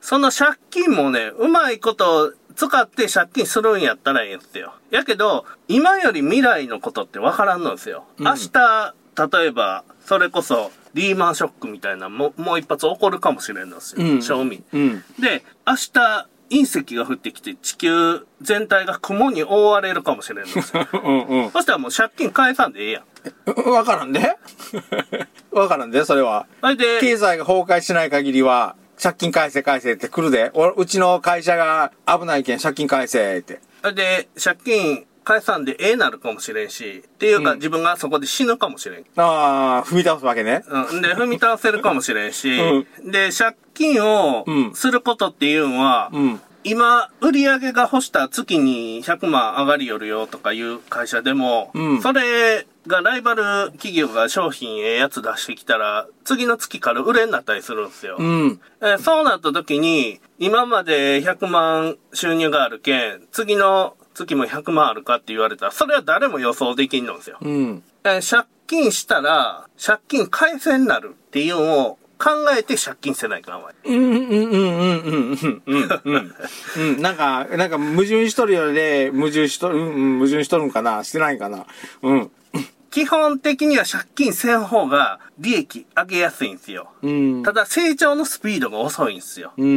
その借金もね、うまいこと使って借金するんやったらええんすよ。やけど、今より未来のことって分からんのですよ。うん明日、例えば、それこそ、リーマンショックみたいなも、もう一発起こるかもしれんのですよ。うん正味。うん。で、明日、隕石が降ってきて、地球全体が雲に覆われるかもしれんのです よ。うんうん。そしたらもう借金返さんでええやん。わから んでわからんでそれは。それで、経済が崩壊しない限りは、借金返せ返せって来るで。おうちの会社が危ないけん、借金返せって。で、借金返さんでええなるかもしれんし、っていうか、うん自分がそこで死ぬかもしれん。ああ、踏み倒すわけね。うん。で、踏み倒せるかもしれんし、うで、借金をうんすることっていうのは、うん。今、売り上げが欲した月に100万上がりよるよとかいう会社でも、うんそれがライバル企業が商品ええやつ出してきたら、次の月から売れになったりするんですよ。うん。えーそうなった時に、今まで100万収入があるけん、次の月も100万あるかって言われたら、それは誰も予想できんのですよ。うん。えー借金したら、借金返せになるっていうのを考えて借金せないかんわい。うんうんうんうんうんうんうんうん。うん。なんか、なんか矛盾しとるようで、矛盾しとる、うんうん、矛盾しとるんかなしてないんかなうん。基本的には借金せん方が利益上げやすいんですよ。うん。ただ成長のスピードが遅いんですよ。うんう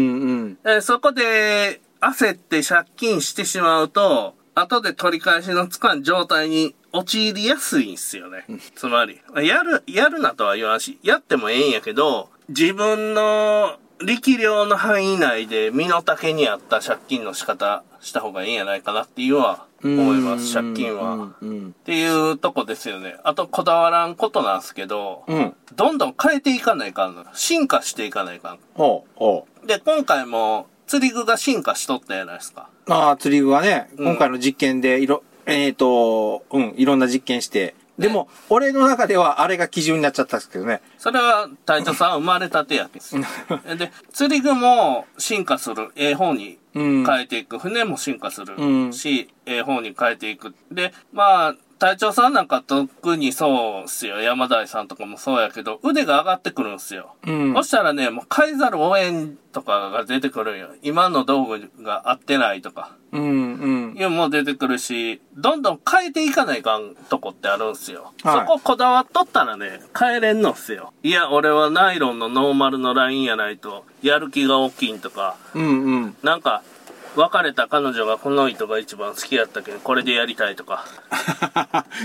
ん。えーそこで焦って借金してしまうと、後で取り返しのつかん状態に陥りやすいんすよね。つまり、やる、やるなとは言わんし、やってもええんやけど、自分の力量の範囲内で身の丈に合った借金の仕方した方がいいんやないかなっていうのは思います、借金は。うんうんっていうとこですよね。あと、こだわらんことなんですけど、うん。うん。どんどん変えていかないかんの。進化していかないかん。ほう、ほう。で、今回も釣り具が進化しとったじゃないですか。ああ、釣り具はね、うん今回の実験で、いろ、えっ、と、うん、いろんな実験して。でも、俺の中ではあれが基準になっちゃったんですけどね。それは隊長さんは生まれたてやけです。で、釣り具も進化する、ええ方にうん。変えていく。船も進化するうんし、ええ方に変えていく。で、まあ、隊長さんなんか特にそうっすよ。山田井さんとかもそうやけど、腕が上がってくるんすよ。うんそ。したらね、もう変えざる応援とかが出てくるんよ。今の道具が合ってないとか。うん、うん。いうのも出てくるし、どんどん変えていかないかんとこってあるんすよ。はいそここだわっとったらね、変えれんのっすよ。いや、俺はナイロンのノーマルのラインやないと、やる気が大きいんとか、うん、 うん。なんか、別れた彼女がこの糸が一番好きやったけど、これでやりたいとか。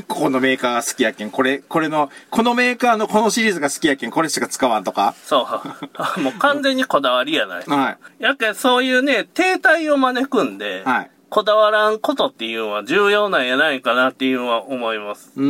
ここのメーカーが好きやけん、これ、これの、このメーカーのこのシリーズが好きやけん、これしか使わんとか。そう。 もう完全にこだわりやない。はやけんそういうね、停滞を招くんで、い。はい。こだわらんことっていうのは重要なんやないかなっていうのは思います。うん。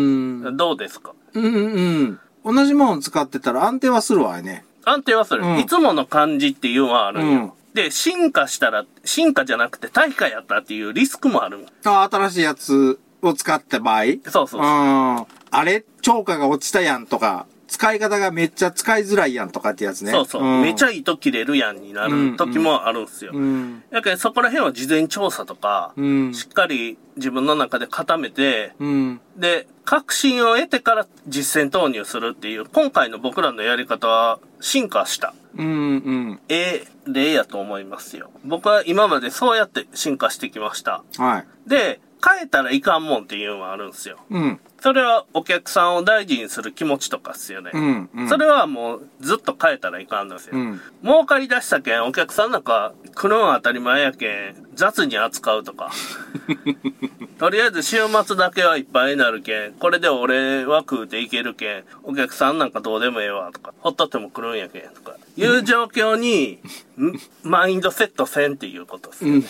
うん、どうですかうん、うん。同じもの使ってたら安定はするわね。安定はする、うんいつもの感じっていうのはあるんよ、うんで進化したら進化じゃなくて退化やったっていうリスクもあるんあ新しいやつを使った場合そうそううん。あれ超過が落ちたやんとか、使い方がめっちゃ使いづらいやんとかってやつね。そうそう、んめちゃ糸切れるやんになる時もあるんすよ、うん。だからそこら辺は事前調査とか、うん。しっかり自分の中で固めてうん。で確信を得てから実践投入するっていう今回の僕らのやり方は進化したうん。うん。ええ例やと思いますよ僕は今までそうやって進化してきましたはい。で変えたらいかんもんっていうのはあるんすようん。それはお客さんを大事にする気持ちとかっすよね。うん。うん。それはもうずっと変えたらいかんのですよ。うん。儲かり出したけん、お客さんなんか来るんは当たり前やけん、雑に扱うと か。とりあえず週末だけはいっぱいになるけん、これで俺は食うていけるけん、お客さんなんかどうでもええわとか、ほっとっても来るんやけんとか、いう状況 に、んマインドセットせんっていうことですよね。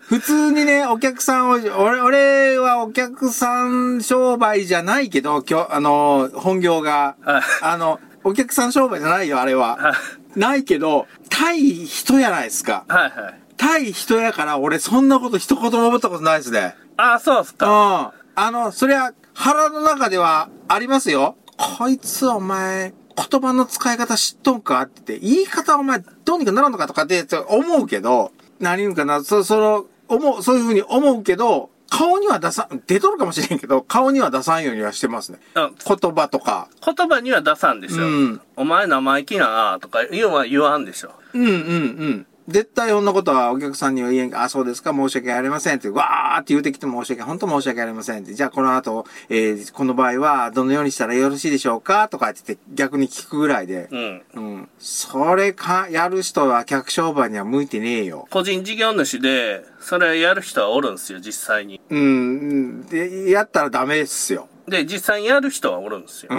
普通にね、お客さんを、俺、俺はお客さん商売じゃないけど、今日、あの、本業が、はいあの、お客さん商売じゃないよ、あれは。はいないけど、対人やないですか。はいはい。対人やから、俺そんなこと一言も思ったことないですね。ああ、そうっすうん。か。あの、そりゃ、腹の中ではありますよ。こいつお前、言葉の使い方知っとんかって、言い方お前どうにかならんのかとかって思うけど、何言うんかな、そ、その、思う、そういうふうに思うけど、顔には出さん、出とるかもしれんけど、顔には出さんようにはしてますね。あ言葉とか。言葉には出さんでしょ。うんお前生意気なとか言うのは言わんでしょ。うんうんうん。絶対そんなことはお客さんには言えんか、あ、そうですか、申し訳ありませんって、わーって言うてきて申し訳、本当申し訳ありませんって、じゃあこの後、えーこの場合はどのようにしたらよろしいでしょうかとかって言って逆に聞くぐらいで、うん。うん。それか、やる人は客商売には向いてねえよ。個人事業主で、それやる人はおるんですよ、実際に。うんうん。で、やったらダメですよ。で、実際にやる人はおるんですよ。う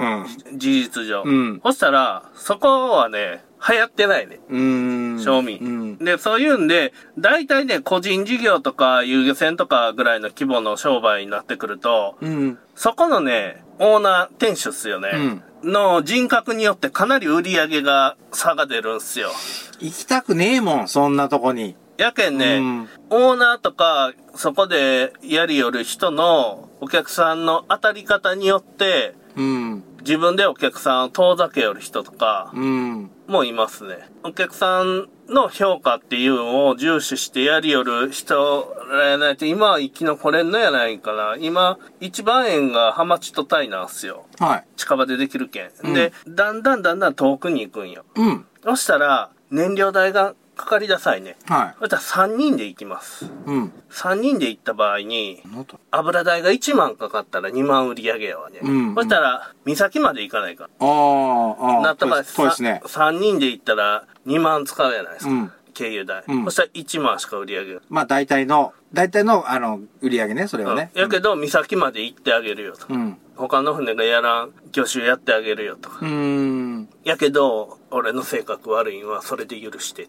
ん。事実上。うんそしたら、そこはね、流行ってないね。うん。賞味。うん。で、そういうんで、大体ね、個人事業とか遊漁船とかぐらいの規模の商売になってくると、うん。そこのね、オーナー、店主っすよね。の人格によってかなり売り上げが差が出るんすよ。行きたくねえもん、そんなとこに。やけんね、うんオーナーとか、そこでやりよる人のお客さんの当たり方によって、うん。自分でお客さんを遠ざけよる人とかうん。もいますね。お客さんの評価っていうのを重視してやりよる人らやないと今は生き残れんのやないかな。今、一番園がハマチとタイなんすよ。はい。近場でできるけん。で、だんだんだんだん遠くに行くんよ。うん。そしたら、燃料代がかかりなさいね。はそしたら3人で行きます。い。うん。 3人で行った場合に、なんだ油代が1万かかったら2万売り上げやわね。うんうんそしたら、岬まで行かないかああ、あら。あ。なった場合、そうですね。 3人で行ったら2万使うやないですか。うん経由代、うんそしたら1万しか売り上げが。まあ大体の、大体の、あの、売り上げね、それはね。うんやけど、岬まで行ってあげるよと。うん。他の船がやらん、魚種やってあげるよとか。うーん。やけど、俺の性格悪いんはそれで許して。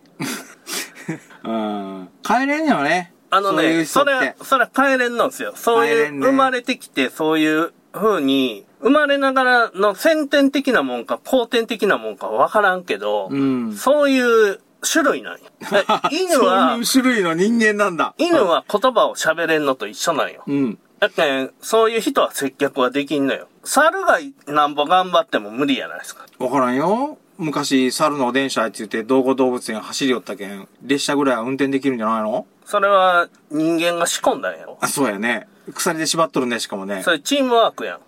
うん。帰れんよね。あのそういうね、人そってれ、それ変えれんのんすよ。そうい帰れう、んね生まれてきてそういう風に、生まれながらの先天的なもんか後天的なもんかわからんけど、うんそういう種類なんよ。 で犬はそういう、種類の人間なんだ。犬は言葉を喋れんのと一緒なんよ。うん。だってね、そういう人は接客はできんのよ。猿がなんぼ頑張っても無理やないですか。わからんよ。昔、猿の電車って言って、道後動物園走り寄ったけん、列車ぐらいは運転できるんじゃないのそれは人間が仕込んだんや ろ。あ、そうやね。鎖で縛っとるね、しかもねそ。れチームワーク やん。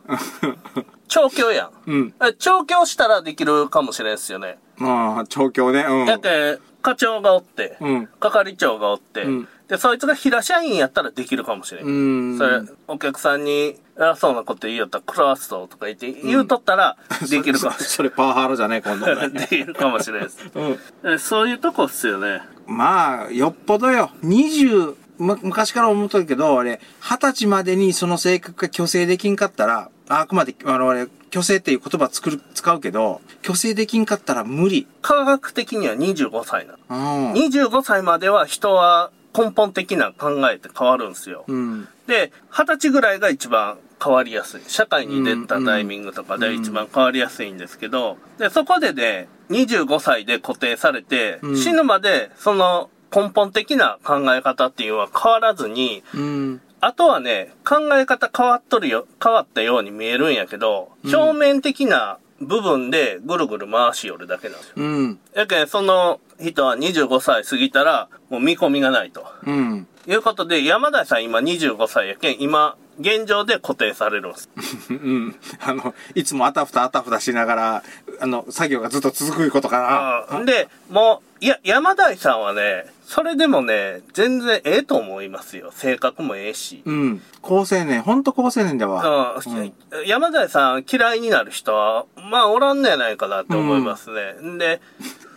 調教やん。うん。え調教したらできるかもしれんっすよね。ああ、調教ね。うん。だって、課長がおって、うん係長がおって、うんで、そいつが平社員やったらできるかもしれん。うんそれ、お客さんに偉そうなこと言いよったら、クロワッソとか言って、言うとった ら、できるかもしそれパワハラじゃねえ、 今度れ。ん。できるかもしれんっす。うん。えそういうとこっすよね。まあ、よっぽどよ。20、む昔から思っとるけど、俺、20歳までにその性格が虚勢できんかったら、ああくまで、あの、俺、虚勢っていう言葉作る、使うけど、虚勢できんかったら無理。科学的には25歳なの。うん。 25歳までは人は根本的な考えって変わるんすよ。うん。で、二十歳ぐらいが一番変わりやすい。社会に出たタイミングとかで一番変わりやすいんですけど、で、そこでね、25歳で固定されて、うん死ぬまでその根本的な考え方っていうのは変わらずに、うん。あとはね、考え方変わっとるよ、変わったように見えるんやけど、ん表面的な部分でぐるぐる回し寄るだけなんですよ。うん。やけん、その人は25歳過ぎたら、もう見込みがないと。うん。いうことで、山田さん今25歳やけん、今、現状で固定されるんです。うん。あの、いつもあたふたあたふたしながら、あの、作業がずっと続くことかな。で、もう、いや、山田さんはね、それでもね、全然ええと思いますよ。性格もええし。うん。高青年、ほんと高青年だわ。うん、山田さん嫌いになる人は、まあ、おらんのやないかなって思いますね。で、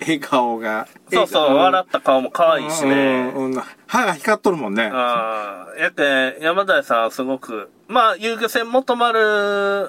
笑顔が。そうそ笑う、顔笑った顔も可愛いしね。うんうんうん歯が光っとるもんね。ああ、やけん、山田さんはすごく、まあ、遊漁船元丸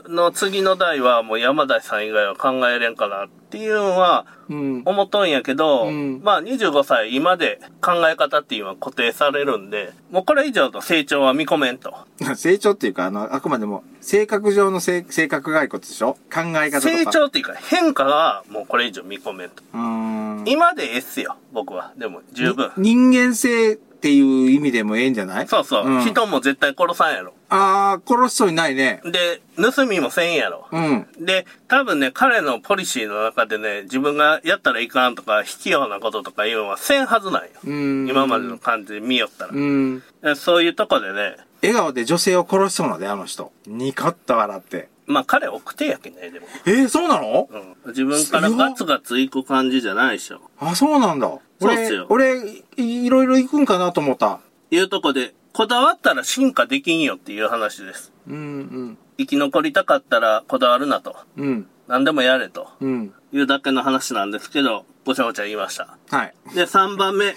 の次の代はもう山田さん以外は考えれんかなっていうのはうん。思っとんやけど、うんまあ25歳今で考え方っていうのは固定されるんで、もうこれ以上の成長は見込めんと。 成長っていうか、あの、あくまでも、性格上の性性格がいことでしょ考え方とか。成長っていうか変化はもうこれ以上見込めんと。うーん。今でええっすよ、僕は。でも十分。に人間性っていう意味でもええんじゃないそうそう、ん人も絶対殺さんやろ。ああ、殺しそうにないね。で、盗みもせんやろ。うん。で、多分ね、彼のポリシーの中でね、自分がやったらいかんとか、卑怯なこととかいうのはせんはずなんよ。うん。今までの。感じで見よったら。うん。でそういうとこでね、笑顔で女性を殺しそうなで、あの人。ニコッと笑って。まあ彼奥手やけね、でも。えー、そうなのうん自分からガツガツいく感じじゃないでしょ。あ、そうなんだ。そうっ俺すよ、俺、いいろいろ行くんかなと思った。いうとこで、こだわったら進化できんよっていう話です。うん、生き残りたかったらこだわるなと。うん、うん、何でもやれとうん。いうだけの話なんですけど、ごちゃごちゃ言いました。はい。で、3番目。比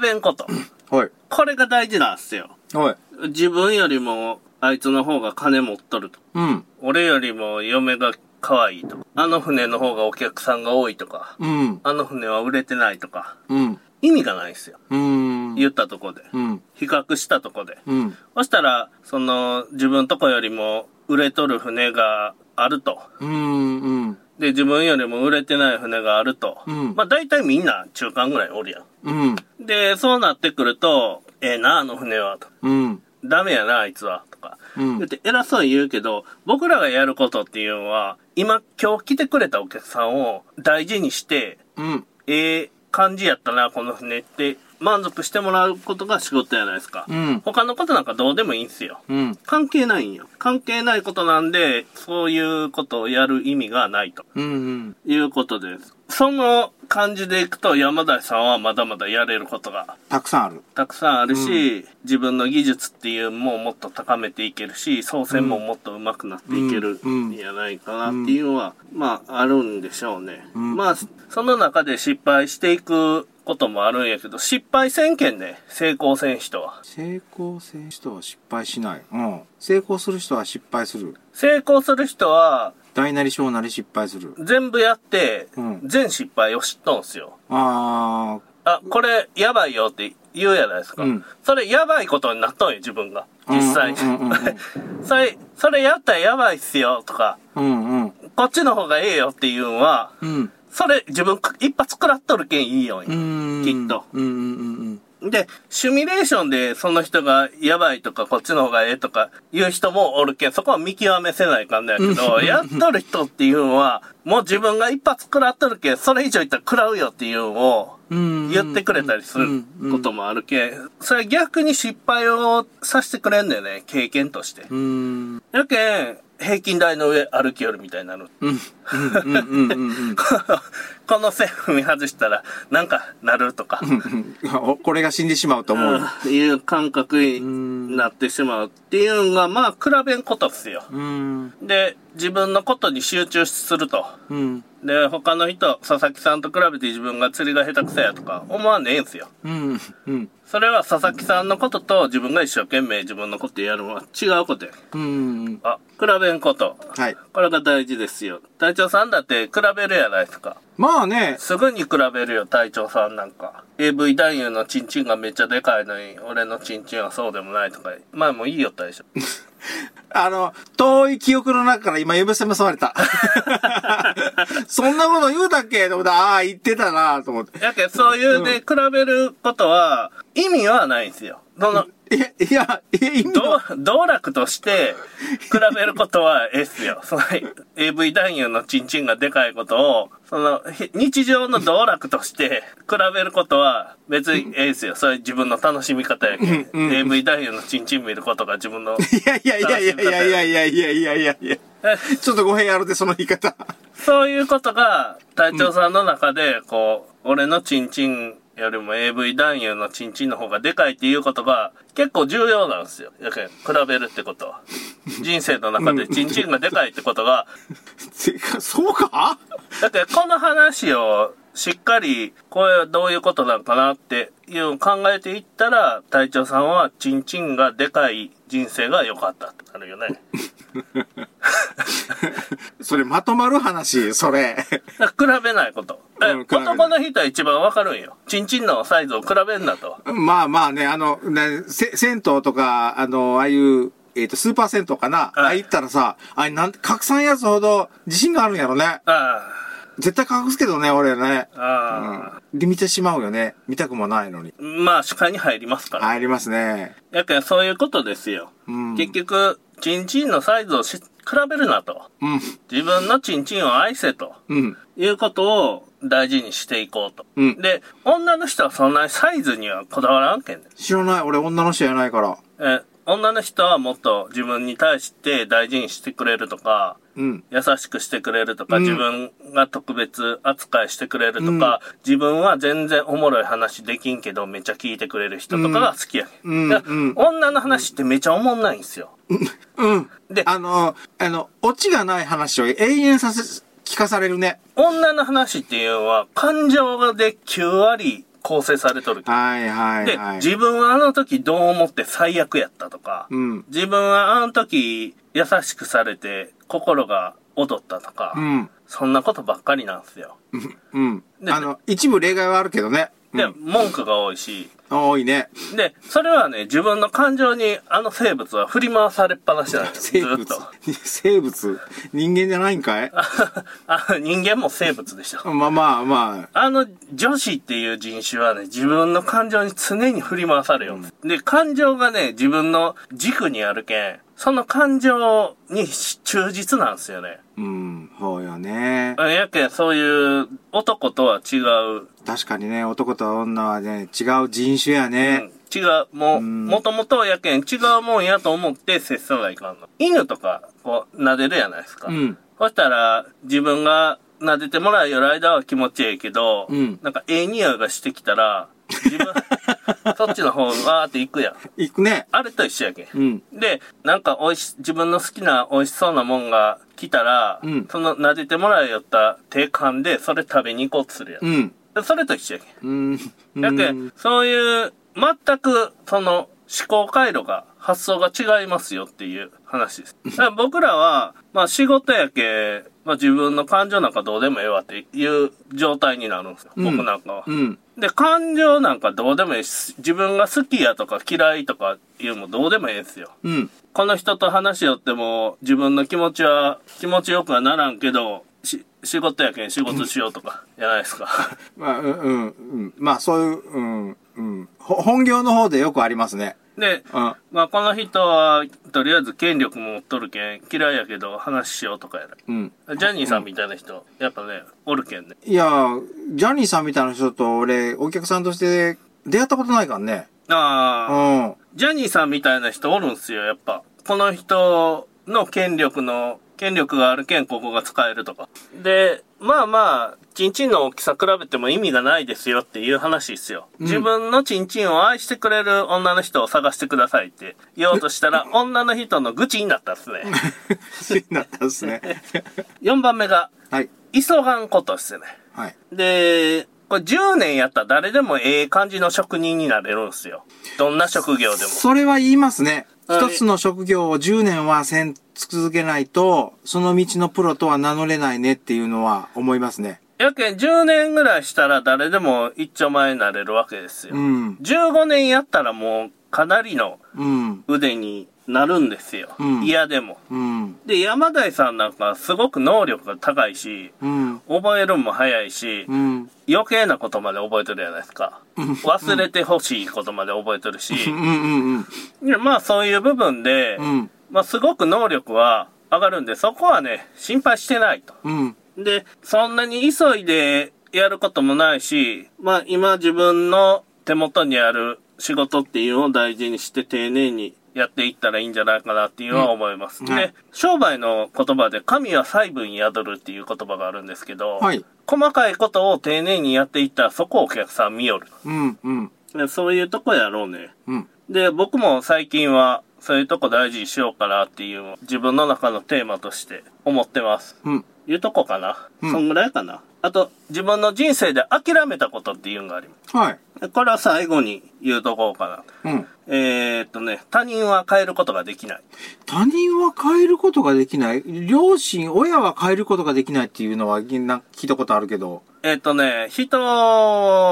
べんこと。はい。これが大事なんですよ。はい。自分よりもあいつの方が金持っとると。うん、俺よりも嫁が可愛いとか。あの船の方がお客さんが多いとか。うん、あの船は売れてないとか。うん、意味がないんですよ。うん、言ったとこで。うん、比較したとこで。うん、そしたら、その、自分とこよりも売れとる船があると。うん、うん、で、自分よりも売れてない船があると。うんまあ大体みんな中間ぐらいおるやん。うん、で、そうなってくると、ええな、あの船は、と。うん、ダメやな、あいつは、とか。うん言って偉そうに言うけど、僕らがやることっていうのは、今今日来てくれたお客さんを大事にして、うん、ええ感じやったな、この船って、満足してもらうことが仕事やないですか。うん、他のことなんかどうでもいいんすよ。うん、関係ないんよ。関係ないことなんで、そういうことをやる意味がないとうん、いうことです。その感じでいくと、山田さんはまだまだやれることがたくさんある。たくさんあるし、自分の技術っていうのももっと高めていけるし、操船ももっと上手くなっていけるうんうんんじゃないかなっていうのは、まあ、あるんでしょうね。んまあ、その中で失敗していくこともあるんやけど、失敗せんけんね、成功せん人は。成功する人は失敗しない。うん。成功する人は失敗する。成功する人は、大なり小なり失敗する。全部やってうん、全失敗を知っとんすよ。ああ、これ、やばいよって言うやないですか。うんそれ、やばいことになっとんよ、自分が。ー。実際に。うんう んそれ、それやったらやばいっすよ、とか、うんうん。うんこっちの方がええよっていうのは、うん。それ、自分、一発食らっとるけんいいよんようん。きっとうんうんうんうん。で、シミュレーションでその人がやばいとかこっちの方がええとか言う人もおるけん、そこは見極めせないかんだけど、やっとる人っていうのは、もう自分が一発食らっとるけん、それ以上言ったら食らうよっていうのをうんうん。言ってくれたりすることもあるけん、それ逆に失敗をさせてくれんだよね、経験として。うん。うん。やけん、平均台の上歩きよるみたいになる。 うん。うんうんうんうん。この線踏み外したら、なんかなるとか。おこれが死んでしまうと思う。っていう感覚になってしまうっていうのが、まあ、比べんことっすよ。うん。で、自分のことに集中すると。うん。で、他の人、佐々木さんと比べて自分が釣りが下手くそやとか思わねえんすよ。うん。うん。それは佐々木さんのことと自分が一生懸命自分のことやるのは違うことや。うん。あ、比べんこと。はい。これが大事ですよ。隊長さんだって比べるやないですか。まあね、すぐに比べるよ、隊長さんなんか。AV 男優のチンチンがめっちゃでかいのに、俺のチンチンはそうでもないとか、前もいいよ、大将。あの、遠い記憶の中から今、呼せもさわ れた。そんなこと言うたっけと思って、ああ、言ってたなと思って。やけん、そういうで比べることは、意味はないんですよ。その、いや、いや、いや意味どはう、道楽として、比べることはええっすよ。その、AV 男優のチンチンがでかいことを、その、ひ日常の道楽として、比べることは別にええっすよ。それ自分の楽しみ方やけん。AV 男優のチンチン見ることが自分 の、いやいやいやいやいやいやいやいやいやいやちょっと語弊あるで、その言い方。そういうことが、隊長さんの中で、こう、俺のチンチンよりも AV 男優のチンチンの方がでかいっていうことが、結構重要なんですよ。やけん、比べるってことは。人生の中でチンチンがでかいってことが、てかそうかだってこの話をしっかり、これはどういうことなのかなっていうのを考えていったら、隊長さんはチンチンがでかい人生が良かったってなるよね。それ、まとまる話、それ。だから比べないこと。えうん比べない男の人は一番わかるんよ。チンチンのサイズを比べんなと。まあまあね、あの、ね、せ銭湯とか、あの、ああいう、えっ、と、スーパー銭湯かな、はいああ行ったらさ、あれ、なん、拡散やつほど自信があるんやろね。あ絶対隠すけどね、俺ね。あ、ああ、で、見てしまうよね。見たくもないのに。まあ、主観に入りますから。入りますね。やけんそういうことですよ。うん結局、チンチンのサイズをし比べるなと。うん。自分のチンチンを愛せと。うん。いうことを大事にしていこうと。うんで、女の人はそんなにサイズにはこだわらんけんね。知らない。俺女の人やないから。え、女の人はもっと自分に対して大事にしてくれるとか、うん。優しくしてくれるとか、うん自分が特別扱いしてくれるとか、自分は全然おもろい話できんけど、めっちゃ聞いてくれる人とかが好きやね、うんだからうん女の話ってめちゃおもんないんですよ。うん。であの、あの、オチがない話を永遠させ、聞かされるね。女の話っていうのは、感情がで9割構成されとるけどはいはいで、はい。自分はあの時どう思って最悪やったとか、うん。自分はあの時優しくされて心が踊ったとか、うん。そんなことばっかりなんですよ。うん。であの、一部例外はあるけどね。うで、ん、文句が多いし、多いね。で、それはね、自分の感情にあの生物は振り回されっぱなしなんです 生よ、ず物っと。。 生物。人間じゃないんかいあ人間も生物でしょ。まあまあまあ。あの女子っていう人種はね、自分の感情に常に振り回されよ。で、感情がね、自分の軸にあるけん、その感情に忠実なんですよね。うん。そうよね。やけん、そういう男とは違う、確かにね、男と女はね、違う人種やうんね。違う、もう、んもともとやけん違うもんやと思って接さないかんの。犬とか、こう、撫でるやないですか。うん。そしたら、自分が撫でてもらうよる間は気持ちええけど、うんなんかええ匂いがしてきたら、自 分、そっちの方、わーって行くやん。行くね。あれと一緒やけん。うん。で、なんかおいし、自分の好きな美味しそうなもんが来たら、うんその撫でてもらうよった手噛んで、それ食べに行こうとするやん。うん。でそれと一緒やけん。うん。だって、そういう、全く、その、思考回路が、発想が違いますよっていう話です。だから僕らは、まあ仕事やけ、まあ自分の感情なんかどうでもええわっていう状態になるんですよ。うん僕なんかは。うん。で、感情なんかどうでもええし、自分が好きやとか嫌いとかいうのもどうでもええんですよ。うん。この人と話しよっても、自分の気持ちは、気持ちよくはならんけど、し、仕事やけん仕事しようとか、じゃないですか。 まあ、うん、うんうん。まあ、そういう、うん、うん。ほ本業の方でよくありますね。で、うん。まあこの人はとりあえず権力も持っとるけん嫌いやけど話しようとかやうん。らジャニーさんみたいな人、やっぱねおるけんねいや、ジャニーさんみたいな人と俺、お客さんとして出会ったことないからね。うああん。 ジャニーさんみたいな人おるんすよやっぱこの人の権力の権力があるけんここが使えるとかでまあまあチンチンの大きさ比べても意味がないですよっていう話ですよ、自分のチンチンを愛してくれる女の人を探してくださいって言おうとした ら女の人の愚痴になったっすねなったんで すね。 4番目がはい。急がんことですね。はい。で、これ10年やったら誰でもええ感じの職人になれるんですよ。どんな職業でも。それは言いますね。はい一つの職業を10年はせん続けないと、その道のプロとは名乗れないねっていうのは思いますね。やけん10年ぐらいしたら誰でも一丁前になれるわけですよ。うん。 15年やったらもうかなりのうん。腕になるんですよ。うん嫌でも。うん。で、山台さんなんかすごく能力が高いし、うん。覚えるんも早いし、うん。余計なことまで覚えてるじゃないですか。忘れてほしいことまで覚えてるし、うん。うん。でまあそういう部分で、うん。まあ、すごく能力は上がるんで、そこはね、心配してないと。うん。で、そんなに急いでやることもないし、まあ、今自分の手元にある仕事っていうのを大事にして丁寧にやっていったらいいんじゃないかなっていうのは思います。うんはでい、商売の言葉で、神は細部に宿るっていう言葉があるんですけど、はい。細かいことを丁寧にやっていったら、そこをお客さん見よる。うん。うん。でそういうとこやろうね。うん。で、僕も最近は、そういうとこ大事にしようかなっていう、自分の中のテーマとして思ってます。うん。いうとこかな。うんそんぐらいかな。あと、自分の人生で諦めたことっていうのがありまはい。す。これは最後に言うとこかな。うん。えー、っとね、他人は変えることができない。他人は変えることができない両親、親は変えることができないっていうのはみんな聞いたことあるけど。えー、っとね、人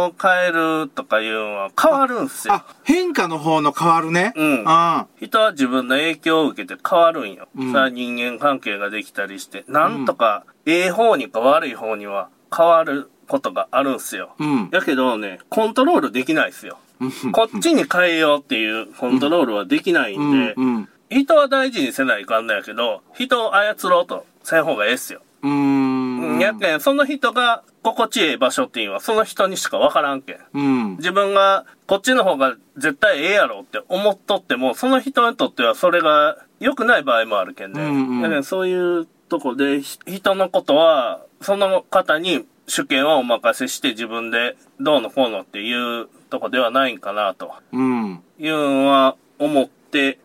を変えるとかいうのは変わるんすよ。あ、変化の方の変わるね。うんあ人は自分の影響を受けて変わるんよ。うんさあ人間関係ができたりして、なんとか、ええ方にか悪い方には変わることがあるんすよ。あうん。やけどね、コントロールできないっすよ。うんこっちに変えようっていうコントロールはできないうんでん。、うん。人は大事にせないかんのやけど、人を操ろうとせん方がええっすよ。うーん。やけん、その人が心地ええ場所っていうのはその人にしかわからんけん。うん。自分がこっちの方が絶対ええやろって思っとってもその人にとってはそれが良くない場合もあるけんね、うんうんだからそういうとこで、ひ人のことは、その方に主権はお任せして自分でどうのこうのっていうとこではないんかなとうん。いうのは思って、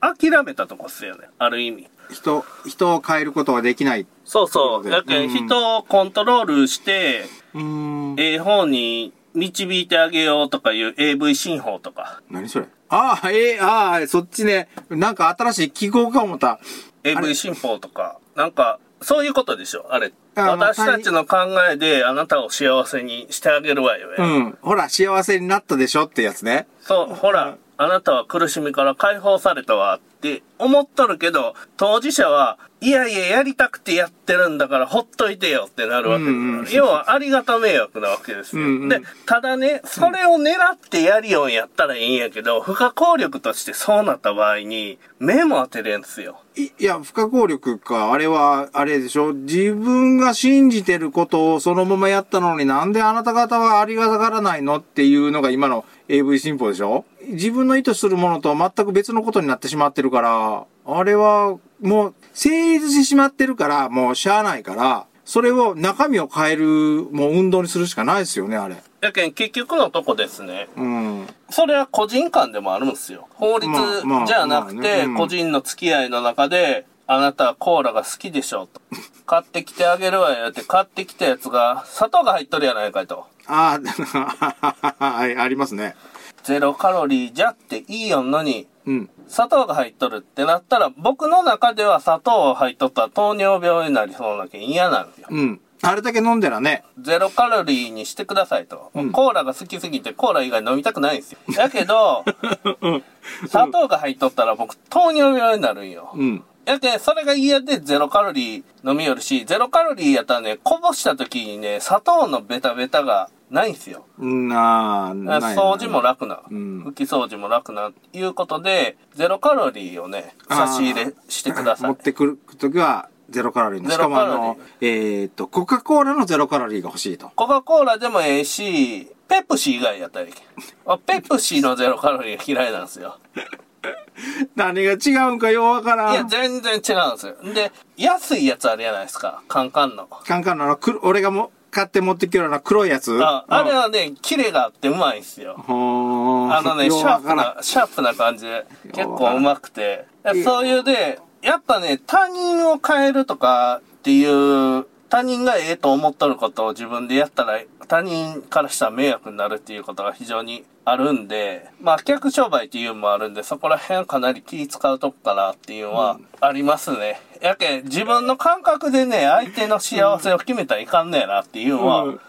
諦めたとこっすよね。ある意味。人、人を変えることはできない。そうそう。そうだだよけうんど人をコントロールして、うん。ええ方に導いてあげようとかいう AV 新法とか、何それああ、えー、ああ、そっちね。なんか新しい記号か思った。 AV 新法とか、なんか、そういうことでしょ、あれ。あまあ私たちの考えであなたを幸せにしてあげるわよ、ねうん。ほら、幸せになったでしょってやつね。そう、ほら、あなたは苦しみから解放されたわって思っとるけど、当事者は、いやいや、やりたくてやってるんだから、ほっといてよってなるわけですよ、うんうん要は、ありがた迷惑なわけですよ。うんうんで、ただね、それを狙ってやりようんやったらいいんやけど、不可抗力としてそうなった場合に、目も当てれんすよ。いいや、不可抗力か。あれは、あれでしょ自分が信じてることをそのままやったのになんであなた方はありがたがらないのっていうのが今の AV 進歩でしょ自分の意図するものと全く別のことになってしまってるから、あれはもう成立してしまってるから、もうしゃあないから、それを中身を変える、もう運動にするしかないですよね、あれ。やけん、結局のとこですね。うん。それは個人間でもあるんですよ。法律まあまあじゃなくまあねてうん、個人の付き合いの中で、あなたはコーラが好きでしょう と。買ってきてあげるわよって、買ってきたやつが、砂糖が入っとるやないかいと。ああ、 はいありますね。ゼロカロリーじゃっていいよんのに、うん。砂糖が入っとるってなったら、僕の中では砂糖入っとったら糖尿病になりそうなけん嫌なんですよ。うん。あれだけ飲んでらね。ゼロカロリーにしてくださいと。うんコーラが好きすぎてコーラ以外飲みたくないんですよ。だけ ど、砂糖が入っとったら僕糖尿病になるんよ。うん。やけんそれが嫌でゼロカロリー飲みよるし、ゼロカロリーやったらね、こぼした時にね、砂糖のベタベタがないんすよ。なあ、ないな掃除も楽な、うん拭き掃除も楽な、いうことで、ゼロカロリーをね、差し入れしてくださ持いっ。てくるときはゼロカロリーの。しゼかロもカあロリーの、えっ、と、コカ・コーラのゼロカロリーが欲しいと。コカ・コーラでもええし、ペプシー以外やったらいいけん。あペプシーのゼロカロリーが嫌いなんですよ。何が違うんかようわからん。いや、全然違うんですよ。で、安いやつあるじゃないですか。カンカンの。カンカンのあの、くる俺がも買って持ってきような黒いやつ。ああれは、はね、キレがあってうまいんすよ。ほーあのね、シようわャーかプらな、シャープな感じで、結構うまくて。んいやそういうで、やっぱね、他人を変えるとかっていう、他人がええと思っとることを自分でやったら、他人からしたら迷惑になるっていうことが非常にあるんで、まあ、客商売っていうのもあるんで、そこら辺かなり気使うとこかなっていうのはありますね。やけん、自分の感覚でね、相手の幸せを決めたらいかんねえなっていうのは、うん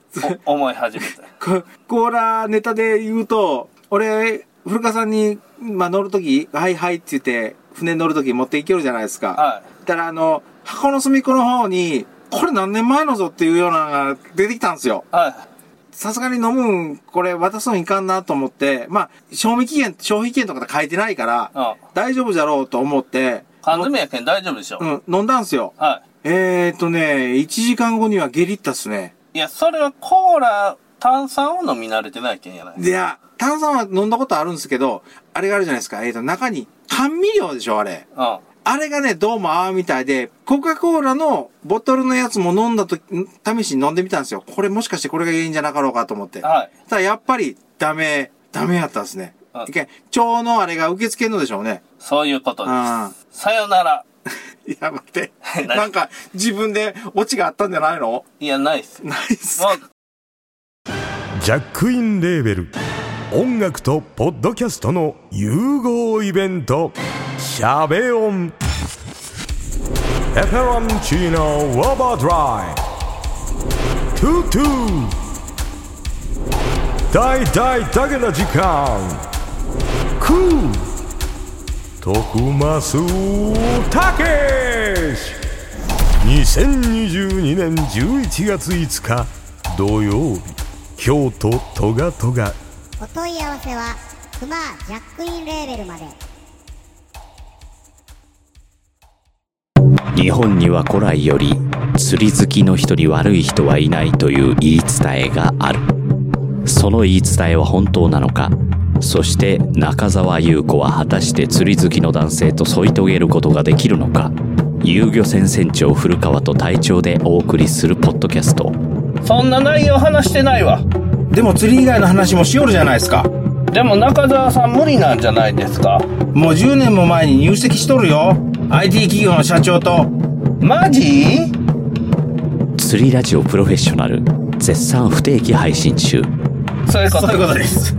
お思い始めて。ん。ココーラネタで言うと、俺、古川さんに、まあ、乗るとき、はいはいって言って、船乗るとき持っていけるじゃないですか。はい。たらあの、箱の隅っこの方に、これ何年前のぞっていうようなのが出てきたんですよ。はい。さすがに飲むん、これ渡すのいかんなと思って、まあ、賞味期限、消費期限とかで書いてないから、うん大丈夫じゃろうと思って、缶詰やけん大丈夫でしょ、うん、飲んだんすよ。はえーっとね、1時間後には下痢ったっすね。い。いや、それはコーラ、炭酸を飲み慣れてないけんやない。いや、炭酸は飲んだことあるんですけど、あれがあるじゃないですか。えーっと、中に甘味料でしょ、あれ。うん。あれがね、どうもああみたいで、コカ・コーラのボトルのやつも飲んだとき、ん試しに飲んでみたんですよ。これもしかしてこれが原因じゃなかろうかと思って。はい。ただやっぱりダメ、ダメやったんですねあ。いけん腸のあれが受け付けんのでしょうね。そういうことであす。さよなら。いや、待って。何なんか自分でオチがあったんじゃないのいや、ないっす。もないっす。う、ジャックインレーベル音楽とポッドキャストの融合イベント「シャベオン」「エフェロンチーノウォーバードライ」「トゥトゥ」「大大だけの時間」「クー」「徳マスたけし」2022年11月5日土曜日京都トガトガお問い合わせはクマジャックインレーベルまで日本には古来より釣り好きの人に悪い人はいないという言い伝えがあるその言い伝えは本当なのかそして中澤優子は果たして釣り好きの男性と添い遂げることができるのか遊漁船船長古川と隊長でお送りするポッドキャストそんな内容話してないわでも釣り以外の話もしよるじゃないですか。でも中澤さん無理なんじゃないですかもう10年も前に入籍しとるよ。IT 企業の社長と。マジ釣りラジオプロフェッショナル絶賛不定期配信中そういうことそういうことです。